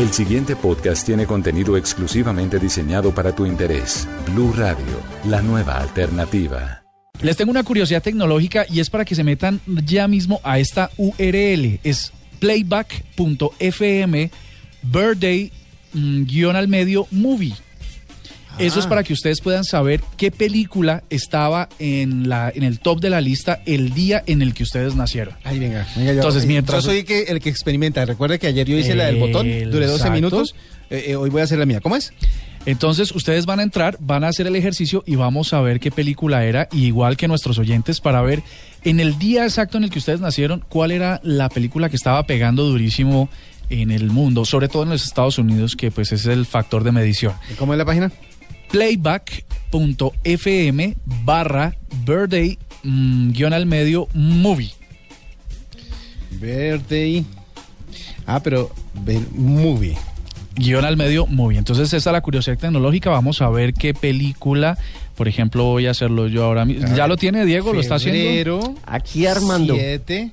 El siguiente podcast tiene contenido exclusivamente diseñado para tu interés. Blue Radio, la nueva alternativa. Les tengo una curiosidad tecnológica y es para que se metan ya mismo a esta URL. Es playback.fm birthday mm, guión al medio movie. Eso es para que ustedes puedan saber qué película estaba en, la, en el top de la lista el día en el que ustedes nacieron. Ay, venga, venga, yo- Entonces, mientras- Yo soy que- el que experimenta. Recuerde que ayer yo hice la del botón, duré 12 Exacto. minutos. Eh, eh, hoy voy a hacer la mía. ¿Cómo es? Entonces ustedes van a entrar, van a hacer el ejercicio y vamos a ver qué película era, y igual que nuestros oyentes, para ver en el día exacto en el que ustedes nacieron, cuál era la película que estaba pegando durísimo en el mundo, sobre todo en los Estados Unidos, que pues es el factor de medición. ¿Cómo es la página? Playback.fm barra birthday mm, guión al medio movie. Verde. Ah, pero ver- movie. Guión al medio movie. Entonces esa es la curiosidad tecnológica, vamos a ver qué película... Por ejemplo, voy a hacerlo yo ahora mismo. ¿Ya lo tiene Diego? ¿Lo está haciendo? Febrero Aquí Armando. 7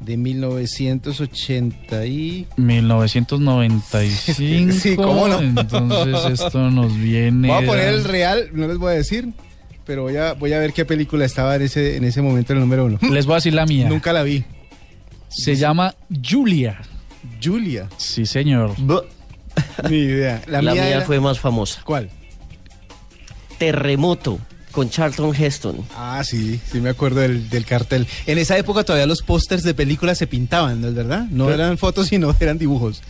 de 1980 y... 1995. Sí, cómo no. Entonces esto nos viene. Voy a poner el real, no les voy a decir, pero voy a, voy a ver qué película estaba en ese, en ese momento el número uno. Les voy a decir la mía. Nunca la vi. Se llama Julia. Julia. Sí, señor. Bu- Ni idea. La, mía, era- fue más famosa. ¿Cuál? Terremoto con Charlton Heston. Ah, sí, sí me acuerdo del, del cartel. En esa época todavía los pósters de películas se pintaban, ¿no es verdad? No eran fotos, sino eran dibujos.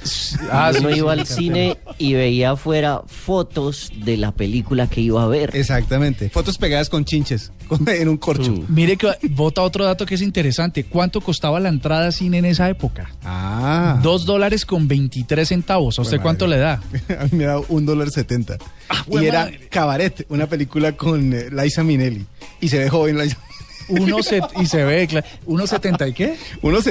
Ah, sí, Uno sí, iba al sí. cine y veía afuera fotos de la película que iba a ver. Exactamente. Fotos pegadas con chinches, con- en un corcho. Mm. Mire que bota otro dato que es interesante. ¿Cuánto costaba la entrada a cine en esa época? Ah. Dos dólares con 23 centavos. ¿A usted Jue cuánto le madre. da? A mí me ha dado un dólar setenta. jue y era madre. Cabaret, una película con eh, Liza Minelli. Y se ve joven Liza. Uno se, y se ve, cla- ¿Uno setenta y qué?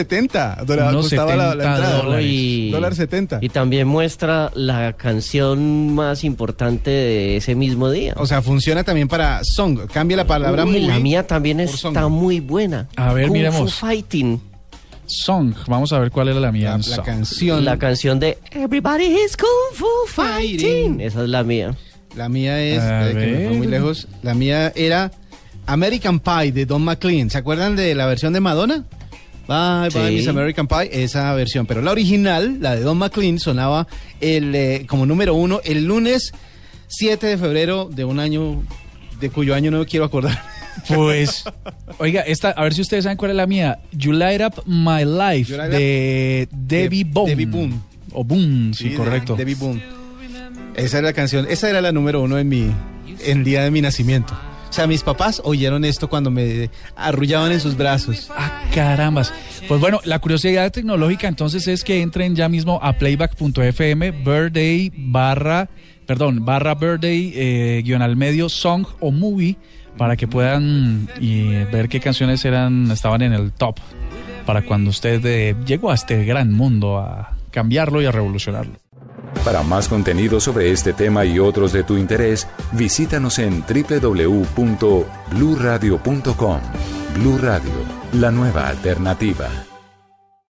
1.70 dólar, Unos costaba la, la 70 entrada. dólares. Dólar 70. Y también muestra la canción más importante de ese mismo día. O sea, funciona también para song. Cambia la palabra Uy, la movie mía también por está song. muy buena. A ver, Kung miremos. Fu Fighting. Song. Vamos a ver cuál era la mía. La, en la song. canción. La La, canción de Everybody is Kung Fu Fighting. Fighting. Esa es la mía. mía es. A eh, que me fue muy ver. lejos. La mía era American Pie de Don McLean. ¿Se acuerdan de la versión de Madonna? Bye, bye, Sí. Miss American Pie, esa versión. Pero la original, la de Don McLean, sonaba el, eh, como número uno el lunes 7 de febrero de un año de cuyo año no me quiero acordar. Pues, oiga, esta, a ver si ustedes saben cuál es la mía. You Light Up My Life You Light de Debbie Boom. Debbie Boom. O Boom, sí, de- correcto. De, Big Boom. Esa era la canción, esa era la número uno en mi, en el día de mi nacimiento. O sea, mis papás oyeron esto cuando me arrullaban en sus brazos. Ah, carambas. Pues bueno, la curiosidad tecnológica entonces es que entren ya mismo a playback.fm, birthday barra, perdón, barra birthday eh, guión al medio, song o movie, para que puedan y, eh, ver qué canciones eran, estaban en el top, para cuando usted eh, llegó a este gran mundo a cambiarlo y a revolucionarlo. Para más contenido sobre este tema y otros de tu interés, visítanos en www.bluradio.com. Blue Radio, la nueva alternativa.